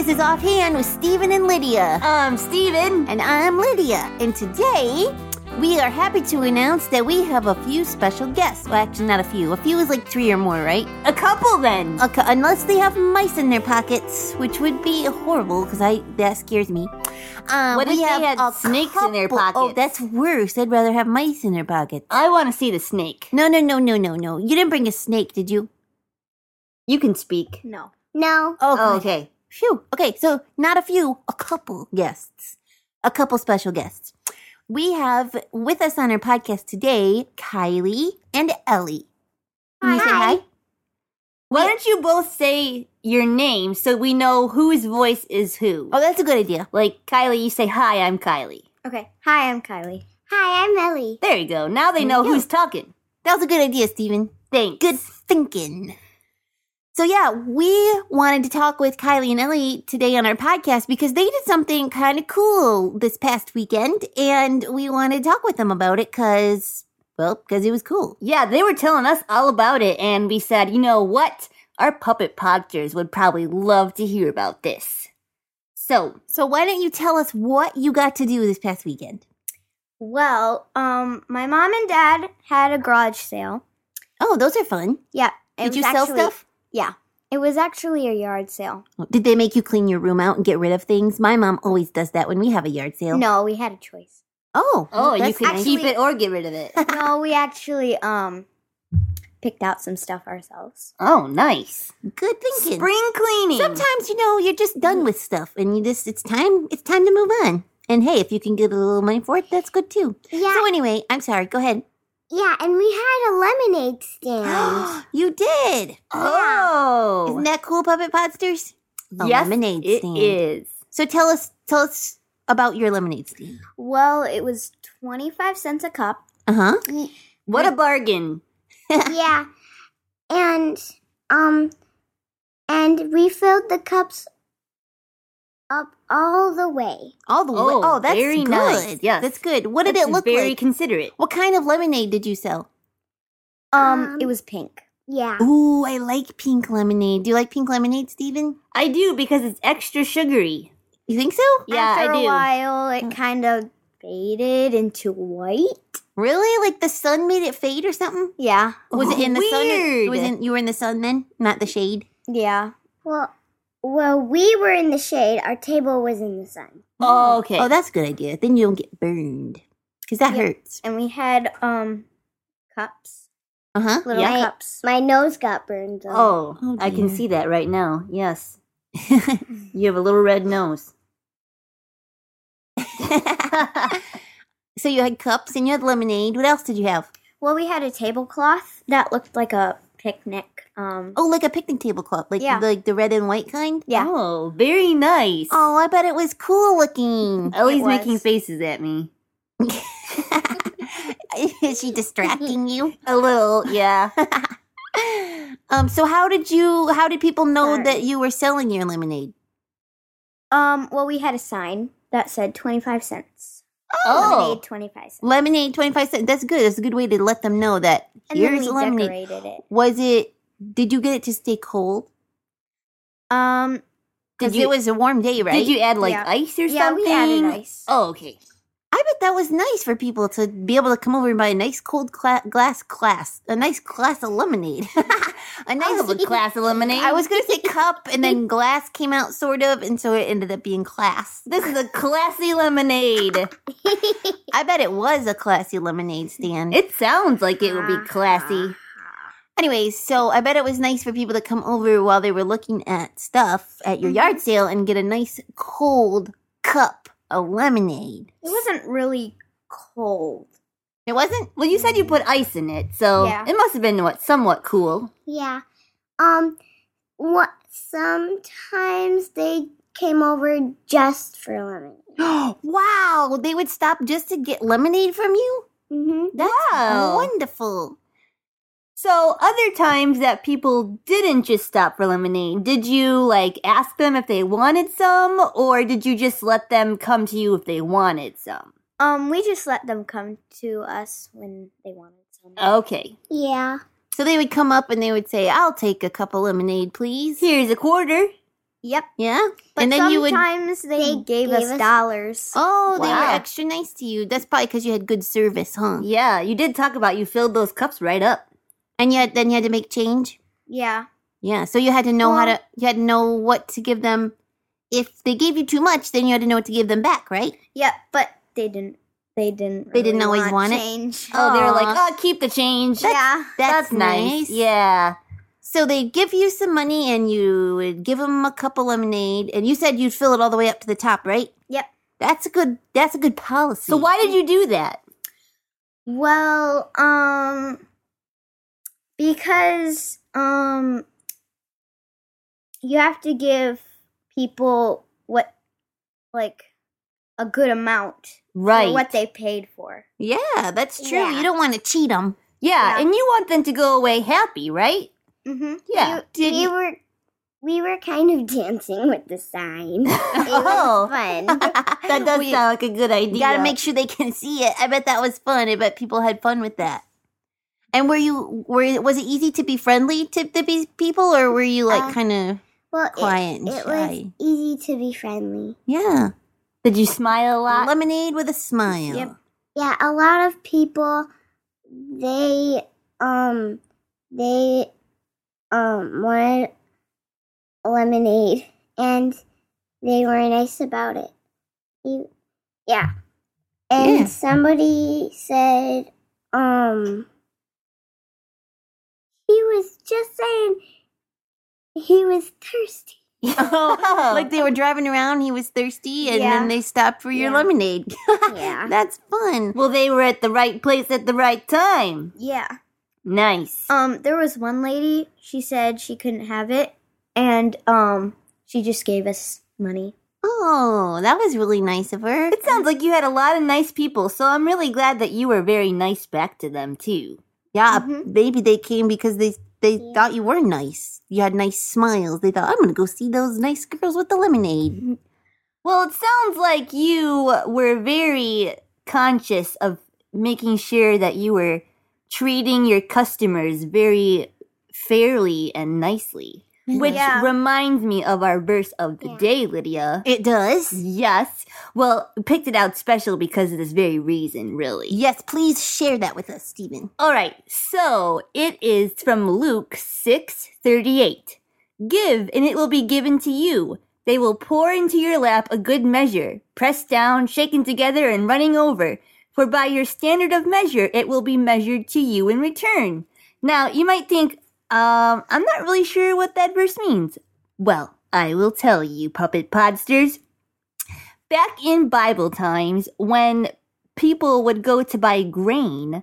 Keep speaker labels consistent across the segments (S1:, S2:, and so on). S1: This is Offhand with Stephen and Lydia.
S2: Um, Steven.
S1: And I'm Lydia. And today, we are happy to announce that we have a few special guests. Well, actually, not a few. A few is like three or more, right?
S2: A couple then.
S1: Okay, unless they have mice in their pockets, which would be horrible because I that scares me. Um,
S2: What if they had
S1: a
S2: snakes in their
S1: Oh,
S2: pockets?
S1: that's worse. I'd rather have mice in their pockets.
S2: I want to see the snake.
S1: No, no, no, no, no, no. You didn't bring a snake, did you?
S2: You can speak.
S3: No. No.
S1: Oh,
S2: Oh,
S1: okay.
S2: okay.
S1: Phew. Okay, so not a few, a couple guests, a couple special guests. We have with us on our podcast today Kylie and Ellie. Can you say
S3: Hi.
S1: hi?
S2: Why don't you both say your name so we know whose voice is who?
S1: Oh, that's a good idea.
S2: Like Kylie, you say, Hi, I'm Kylie.
S3: Oh, Okay. Hi, I'm Kylie. Hi, I'm Ellie.
S2: There you go. Now they know
S1: Yeah.
S2: who's talking.
S1: That was a good idea, Stephen.
S2: Thanks.
S1: Good thinking. So, yeah, we wanted to talk with Kylie and Ellie today on our podcast because they did something kind of cool this past weekend, and we wanted to talk with them about it because, well, because it was cool.
S2: Yeah, they were telling us all about it, and we said, you know what? Our puppet podsters would probably love to hear about this. So,
S1: So, why don't you tell us what you got to do this past weekend?
S3: Well, um, my mom and dad had a garage sale.
S1: Oh, those are fun.
S3: Yeah. it
S1: Did
S3: was
S1: you sell
S3: actually-
S1: stuff?
S3: Yeah. It was actually a yard sale.
S1: Did they make you clean your room out and get rid of things? My mom always does that when we have a yard sale.
S3: No, we had a choice.
S1: Oh,
S2: oh, you
S1: that's
S2: can
S1: nice.
S2: keep it or get rid of it.
S3: no, we actually um picked out some stuff ourselves.
S2: oh, nice.
S1: good thinking.
S2: Spring cleaning.
S1: Sometimes you know you're just done with stuff, and you just it's time it's time to move on. And hey, if you can get a little money for it, that's good too.
S3: Yeah.
S1: So anyway, I'm sorry. Go ahead.
S3: yeah, and we had a lemonade stand.
S1: you did.
S2: Oh,
S1: Isn't that cool, Puppet Podsters? A
S2: yes,
S1: Oh, lemonade
S2: it
S1: stand.
S2: is.
S1: So tell us tell us about your lemonade stand.
S3: well, it was 25 cents a cup.
S1: Uh huh.
S2: What a bargain!
S3: yeah. And um and we filled the cups up all the way.
S1: All the way.
S2: Oh,
S1: Oh, that's
S2: very
S1: good.
S2: nice. Yes.
S1: that's good. What did
S2: That's
S1: it look
S2: very
S1: like?
S2: considerate.
S1: What kind of lemonade did you sell?
S3: Um,
S4: Um,
S3: it was pink.
S4: Yeah.
S1: Ooh, I like pink lemonade. Do you like pink lemonade, Steven?
S2: I do because it's extra sugary.
S1: You think so?
S2: Yeah,
S3: After
S2: I do.
S3: a while, it kind of faded into white.
S1: Really? Like the sun made it fade or something?
S3: Yeah,
S1: Was it in the sun? It
S2: Oh, Weird.
S1: was in, you were in the sun then, not the shade.
S3: yeah.
S4: Well, well, we were in the shade. Our table was in the sun.
S2: Oh, okay.
S1: Oh, that's a good idea. Then you don't get burned because that
S3: Yeah.
S1: hurts.
S3: And we had um cups,
S1: Uh huh.
S3: little
S2: Yeah.
S3: cups.
S4: My nose got burned. Though.
S2: oh,
S1: Oh,
S2: I can
S1: dear.
S2: see that right now. Yes, you have a little red nose.
S1: so you had cups and you had lemonade. What else did you have?
S3: Well, we had a tablecloth that looked like a picnic. Um,
S1: Oh, like a picnic tablecloth, like
S3: Yeah.
S1: like the red and white kind.
S3: yeah.
S2: Oh, very nice.
S1: Oh, I bet it was cool looking.
S2: Ellie's
S3: it was.
S2: making faces at me.
S1: Is she distracting you?
S2: A little, yeah.
S1: Um, so how did you? How did people know
S3: Sorry.
S1: that you were selling your lemonade?
S3: Um, well, we had a sign that said twenty five cents.
S2: oh,
S3: Lemonade twenty five cents.
S1: Lemonade, twenty five cents. That's good. That's a good way to let them know that
S3: And
S1: here's
S3: then we
S1: lemonade.
S3: decorated it.
S1: Was it? Did you get it to stay cold?
S3: Um,
S1: Because
S2: you-
S1: it was a warm day, right?
S2: did you add like
S3: Yeah.
S2: ice or
S3: yeah,
S2: something?
S3: we added ice.
S2: Oh, okay.
S1: I bet that was nice for people to be able to come over and buy a nice cold cla- glass glass, a nice glass of lemonade, a
S2: I
S1: nice
S2: have a glass of lemonade.
S1: I was gonna say cup, and then glass came out sort of, and so it ended up being class.
S2: This is a classy lemonade.
S1: I bet it was a classy lemonade stand. Ah.
S2: It sounds like it would be classy.
S1: Anyways, so I bet it was nice for people to come over while they were looking at stuff at your yard sale and get a nice cold cup of lemonade.
S3: it wasn't really cold.
S1: It wasn't?
S2: Well, you said you put ice in it, so
S3: Yeah.
S2: it must have been what somewhat cool.
S4: Yeah. Um. What? Sometimes they came over just for lemonade.
S1: wow, they would stop just to get lemonade from you?
S4: Mm-hmm.
S1: That's
S2: Wow.
S1: wonderful.
S2: So other times that people didn't just stop for lemonade, did you like ask them if they wanted some, or did you just let them come to you if they wanted some?
S3: Um, we just let them come to us when they wanted some.
S4: Oh.
S2: Okay,
S4: Yeah.
S1: So they would come up and they would say, I'll take a cup of lemonade, please.
S2: here's a quarter.
S3: Yep.
S1: Yeah.
S3: But
S1: and then you would.
S3: sometimes they,
S4: They
S3: gave,
S4: gave
S3: us
S4: us-
S3: dollars.
S1: Oh, they were
S2: Wow.
S1: extra nice to you. That's probably because you had good service, huh?
S2: Yeah, you did talk about you filled those cups right up.
S1: And yet, then you had to make change.
S3: Yeah.
S1: Yeah. So you had to know how
S3: Well-
S1: to. You had to know what to give them. If they gave you too much, then you had to know what to give them back, right?
S3: Yep. But they didn't. They didn't.
S1: They didn't
S3: really
S1: always want it?
S3: change.
S2: Oh, they were like,
S1: Aw.
S2: oh, keep the change.
S3: yeah.
S1: That's,
S2: Yeah.
S1: So they give you some money and you would give them a cup of lemonade and you said you'd fill it all the way up to the top, right?
S3: Yep.
S1: That's a good that's a good policy.
S2: So why did you do that?
S3: Well, um,
S4: because um you have to give people what like
S3: a good amount
S2: Right.
S3: for what they paid for.
S1: Yeah, that's true.
S4: Yeah.
S1: You don't want to cheat them.
S2: yeah,
S3: Yeah.
S2: and you want them to go away happy, right?
S3: Mm-hmm.
S2: Yeah.
S1: Did
S4: we were we were kind of dancing with the sign. It
S2: Oh.
S4: was fun.
S2: That does
S1: We-
S2: sound like a good idea.
S1: You got to make sure they can see it. I bet that was fun. I bet people had fun with that. And were you were was it easy to be friendly to the pe- people or were you like
S4: Uh,
S1: kind of
S4: Well, it-
S1: quiet and
S4: it was
S1: shy?
S4: easy to be friendly.
S1: Yeah.
S2: Did you smile a lot?
S1: Lemonade with a smile.
S3: Yep.
S4: Yeah, a lot of people they um they um wanted lemonade and they were nice about it. E- Yeah. And
S1: Yeah.
S4: somebody said um he was just saying he was thirsty.
S1: Oh, like they were driving around, he was thirsty, and
S3: Yeah.
S1: then they stopped for your
S4: Yeah.
S1: lemonade.
S4: Yeah.
S1: That's fun.
S2: well, they were at the right place at the right time.
S3: Yeah.
S2: Nice.
S3: Um, there was one lady. She said she couldn't have it, and um, she just gave us money.
S1: Oh, that was really nice of her.
S2: It sounds like you had a lot of nice people, so I'm really glad that you were very nice back to them too.
S1: Yeah,
S3: Mhm.
S1: maybe they came because they they
S4: Yeah.
S1: thought you were nice. You had nice smiles. They thought I'm gonna go see those nice girls with the lemonade.
S2: Well, it sounds like you were very conscious of making sure that you were treating your customers very fairly and nicely.
S1: Mm-hmm.
S2: Which
S3: Yeah.
S2: reminds me of our verse of the
S4: Yeah.
S2: day, Lydia.
S1: It does.
S2: Yes. Well, picked it out special because of this very reason, really.
S1: Yes, please share that with us, Stephen.
S2: All right, so it is from Luke 6:38. Give and it will be given to you. They will pour into your lap a good measure, pressed down, shaken together and running over, for by your standard of measure it will be measured to you in return. Now, you might think, um, I'm not really sure what that verse means. Well, I will tell you, puppet podsters. Back in Bible times, when people would go to buy grain,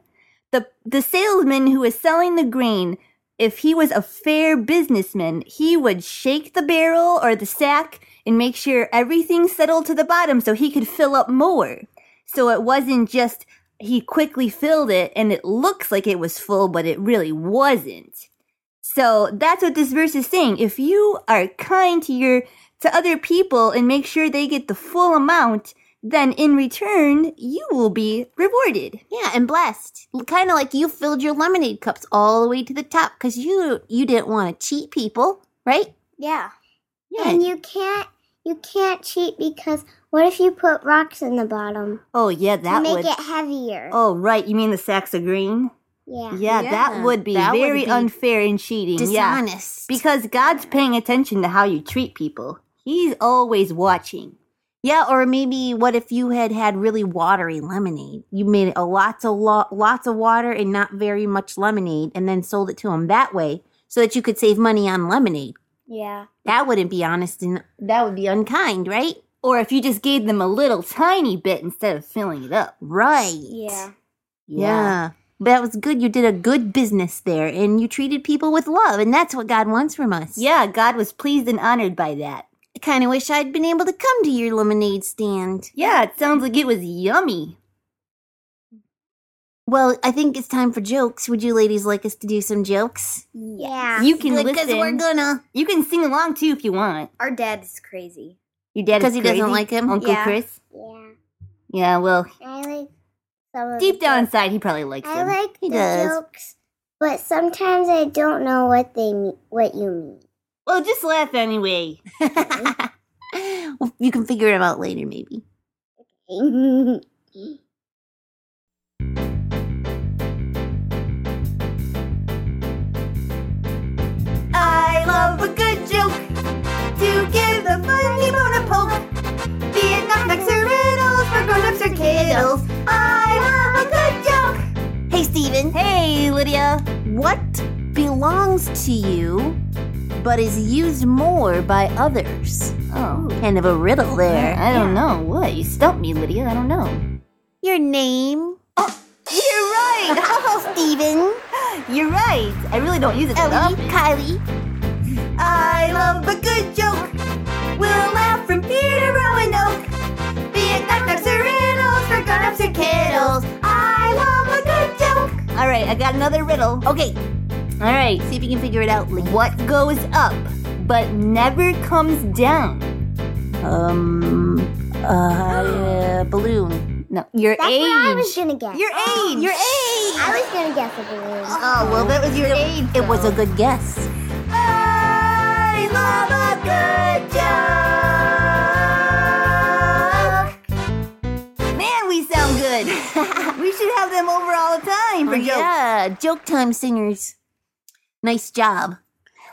S2: the the salesman who was selling the grain, if he was a fair businessman, he would shake the barrel or the sack and make sure everything settled to the bottom so he could fill up more. So it wasn't just he quickly filled it and it looks like it was full, but it really wasn't. So that's what this verse is saying. If you are kind to your to other people and make sure they get the full amount, then in return you will be rewarded.
S1: Yeah, and blessed. Kind of like you filled your lemonade cups all the way to the top because you you didn't want to cheat people, right?
S4: Yeah.
S1: Yeah.
S4: And you can't you can't cheat because what if you put rocks in the bottom?
S2: Oh yeah,
S4: to
S2: that
S4: make
S2: would.
S4: it heavier.
S2: Oh right, you mean the sacks of green?
S4: Yeah.
S2: Yeah,
S1: Uh, Yeah,
S2: that would be
S1: that would
S2: very
S1: be
S2: unfair and cheating. Yeah,
S1: Dishonest.
S2: because God's paying attention to how you treat people. He's always watching.
S1: Yeah, or maybe what if you had had really watery lemonade? You made a lots of lo- lots of water and not very much lemonade, and then sold it to them that way, so that you could save money on lemonade.
S3: Yeah.
S1: That wouldn't be honest, and that would be unkind, right?
S2: Or if you just gave them a little tiny bit instead of filling it up.
S1: Right.
S3: Yeah.
S1: Yeah. But That was good. You did a good business there, and you treated people with love, and that's what God wants from us.
S2: Yeah, God was pleased and honored by that.
S1: I kind of wish I'd been able to come to your lemonade stand.
S2: Yeah, it sounds like it was yummy.
S1: Well, I think it's time for jokes. Would you ladies like us to do some jokes?
S4: Yeah.
S2: You can
S1: Ah, Because
S2: listen.
S1: we're gonna.
S2: you can sing along too if you want.
S3: Our dad is crazy.
S2: Your dad
S1: Because
S2: is
S1: he doesn't
S2: crazy?
S1: like him?
S2: Uncle
S3: Yeah.
S2: Chris.
S4: Yeah.
S2: Yeah, well,
S4: I like some of
S2: deep
S4: the
S2: down
S4: jokes.
S2: inside, he probably likes
S4: I
S2: him.
S4: like
S1: He
S4: the
S1: does.
S4: jokes, but sometimes I don't know what they mean, what you mean.
S2: Well, just laugh anyway.
S1: well, you can figure him out later, maybe.
S2: I love a good joke to give the funny bone a poke. Be it knockbacks or riddles for grown-ups or kiddles. I love a good joke.
S1: Hey, Steven.
S2: Hey, Lydia.
S1: What belongs to you but is used more by others?
S2: Oh,
S1: Kind of a riddle there.
S2: I don't know. What? You stumped me, Lydia. I don't know.
S1: Your name?
S2: Oh, You're right.
S1: Oh, Steven.
S2: You're right. I really don't use it that
S1: Ellie,
S2: often.
S1: Kylie.
S2: I love a good joke. We'll laugh from here to Roanoke. Be it knock-knocks or riddles for grown-ups or kiddles. I love a good joke. All right, I got another riddle.
S1: Okay,
S2: All right.
S1: see if you can figure it out. Lee.
S2: What goes up but never comes down?
S1: Um, uh, balloon.
S2: No, your
S4: That's
S2: age.
S4: what I was gonna guess.
S2: Your age. Your age.
S4: I was gonna guess a balloon.
S2: Oh, well, that was your age.
S1: It was a good guess.
S2: I love a good joke. Man, we sound good. we should have them over all the time for
S1: Oh,
S2: jokes.
S1: Yeah, joke time singers. Nice job.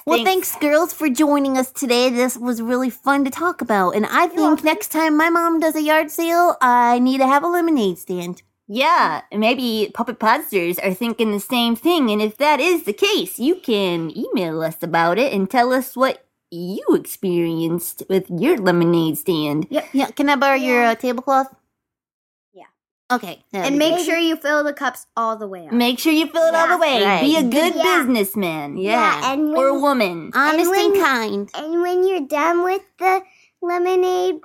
S1: Well,
S2: Thanks.
S1: thanks. girls, for joining us today. This was really fun to talk about. And I think next time my mom does a yard sale, I need to have a lemonade stand.
S2: Yeah, maybe puppet podsters are thinking the same thing, and if that is the case, you can email us about it and tell us what you experienced with your lemonade stand.
S1: Yeah, can I borrow your
S4: Yeah.
S1: uh, tablecloth?
S3: Yeah.
S1: Okay. that'd
S3: And
S1: be
S3: make
S1: good.
S3: sure you fill the cups all the way up.
S2: Make sure you fill it all the way.
S1: Right.
S2: Be a good
S4: Yeah.
S2: businessman.
S1: Yeah.
S4: and when,
S2: Or woman.
S1: honest
S4: and
S1: and
S4: when-
S1: kind.
S4: and when you're done with the lemonade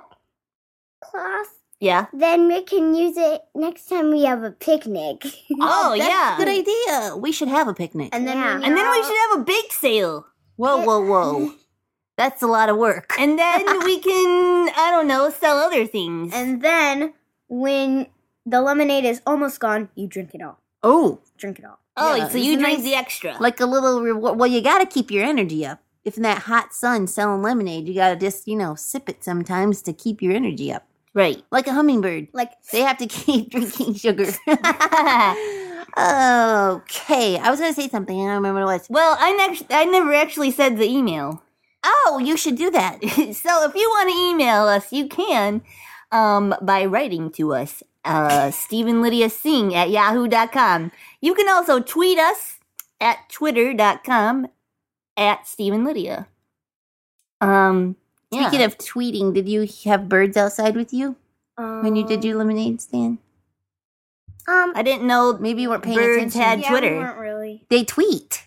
S4: cloth,
S2: Yeah.
S4: then we can use it next time we have a picnic.
S2: Oh,
S1: that's
S2: yeah.
S1: a good idea. We should have a picnic.
S3: And then
S4: Yeah.
S3: when
S2: And then we
S3: you're all-
S2: should have a bake sale.
S1: Whoa, whoa, whoa. That's a lot of work.
S2: And then we can, I don't know, sell other things.
S3: And then when the lemonade is almost gone, you drink it all.
S1: Oh,
S3: Drink it all.
S2: oh,
S1: yeah,
S2: so you
S1: isn't
S2: drink
S1: nice-
S2: the extra.
S3: Uh
S1: like a little reward. Well, you got to keep your energy up. If in that hot sun selling lemonade, you got to just, you know, sip it sometimes to keep your energy up.
S2: right.
S1: Like a hummingbird.
S3: Like
S1: They have to keep drinking sugar. okay. I was going to say something. I don't remember what it was.
S2: Well, I, nex- I never actually said the email.
S1: Oh, you should do that.
S2: so if you want to email us, you can um, by writing to us, uh, Stephen Lydia Singh at yahoo.com. You can also tweet us at twitter.com at Stephen Lydia. Um, yeah.
S1: Speaking of tweeting, did you have birds outside with you when you did your lemonade stand?
S4: um,
S2: I didn't know
S1: Maybe you weren't paying
S2: birds
S1: attention.
S2: had
S3: yeah,
S2: Twitter.
S3: We weren't really.
S1: They tweet.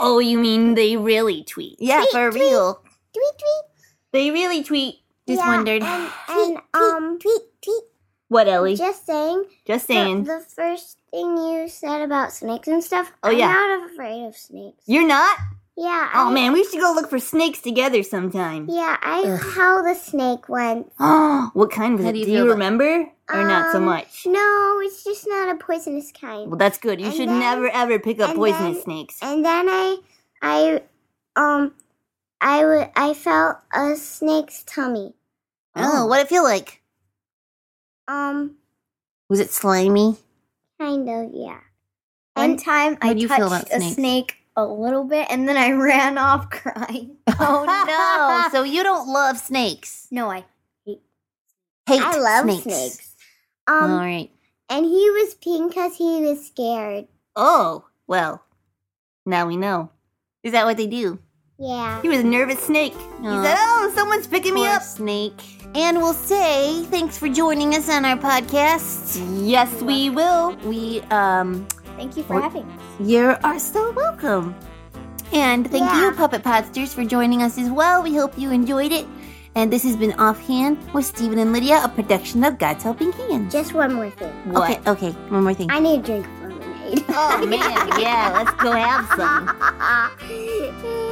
S2: Oh, you mean they really tweet?
S1: Yeah, for real.
S4: tweet tweet.
S2: They really tweet.
S1: Just
S4: Yeah,
S1: wondered.
S4: And,
S1: Tweet,
S4: and um, tweet tweet.
S2: What, Ellie? Just,
S4: Just saying. the-
S2: saying.
S4: The, first thing you said about snakes and stuff.
S2: Oh,
S4: I'm
S2: yeah.
S4: not afraid of snakes.
S2: You're not?
S4: Yeah.
S2: Oh,
S4: I,
S2: man, we should go look for snakes together sometime.
S4: Yeah, I
S1: Ugh.
S4: held a snake once.
S2: Oh, what kind was
S1: How
S2: it?
S1: do
S2: Do
S1: you
S2: you,
S1: feel about-
S2: remember? Or not so
S4: Um,
S2: much?
S4: No, it's just not a poisonous kind.
S2: Well, that's good. You
S4: and
S2: should
S4: then-
S2: never, ever pick up
S4: and
S2: poisonous
S4: then-
S2: snakes.
S4: And then I, I, um, I w- I felt a snake's tummy.
S1: Oh, what it feel like?
S4: Um,
S1: Was it slimy?
S4: kind of, yeah.
S3: One
S4: And-
S3: time I
S1: What do you feel
S3: touched
S1: about
S3: a
S1: snakes?
S3: snake a little bit and then I ran off crying.
S1: Oh no! so you don't love snakes?
S3: No, I
S1: Hate
S4: I love
S1: snakes.
S4: snakes. Um,
S1: All right.
S4: and he was peeing because he was scared.
S2: Oh, well, now we know.
S1: Is that what they do?
S4: Yeah.
S2: He was a nervous snake.
S1: Aw.
S2: He said, Oh, someone's picking me
S1: Poor
S2: up.
S1: snake. And we'll say thanks for joining us on our podcast.
S2: Yes, we will.
S1: We um,
S3: thank you for
S1: What?
S3: having us.
S1: you are so welcome. And thank
S4: Yeah.
S1: you, Puppet Podsters, for joining us as well. We hope you enjoyed it. And this has been Offhand with Stephen and Lydia, a production of God's Helping Hands.
S4: Just one more thing.
S2: What?
S1: Okay, okay, one more thing.
S4: I need a drink of lemonade.
S2: Oh, man. Yeah, let's go have some.
S4: Bye.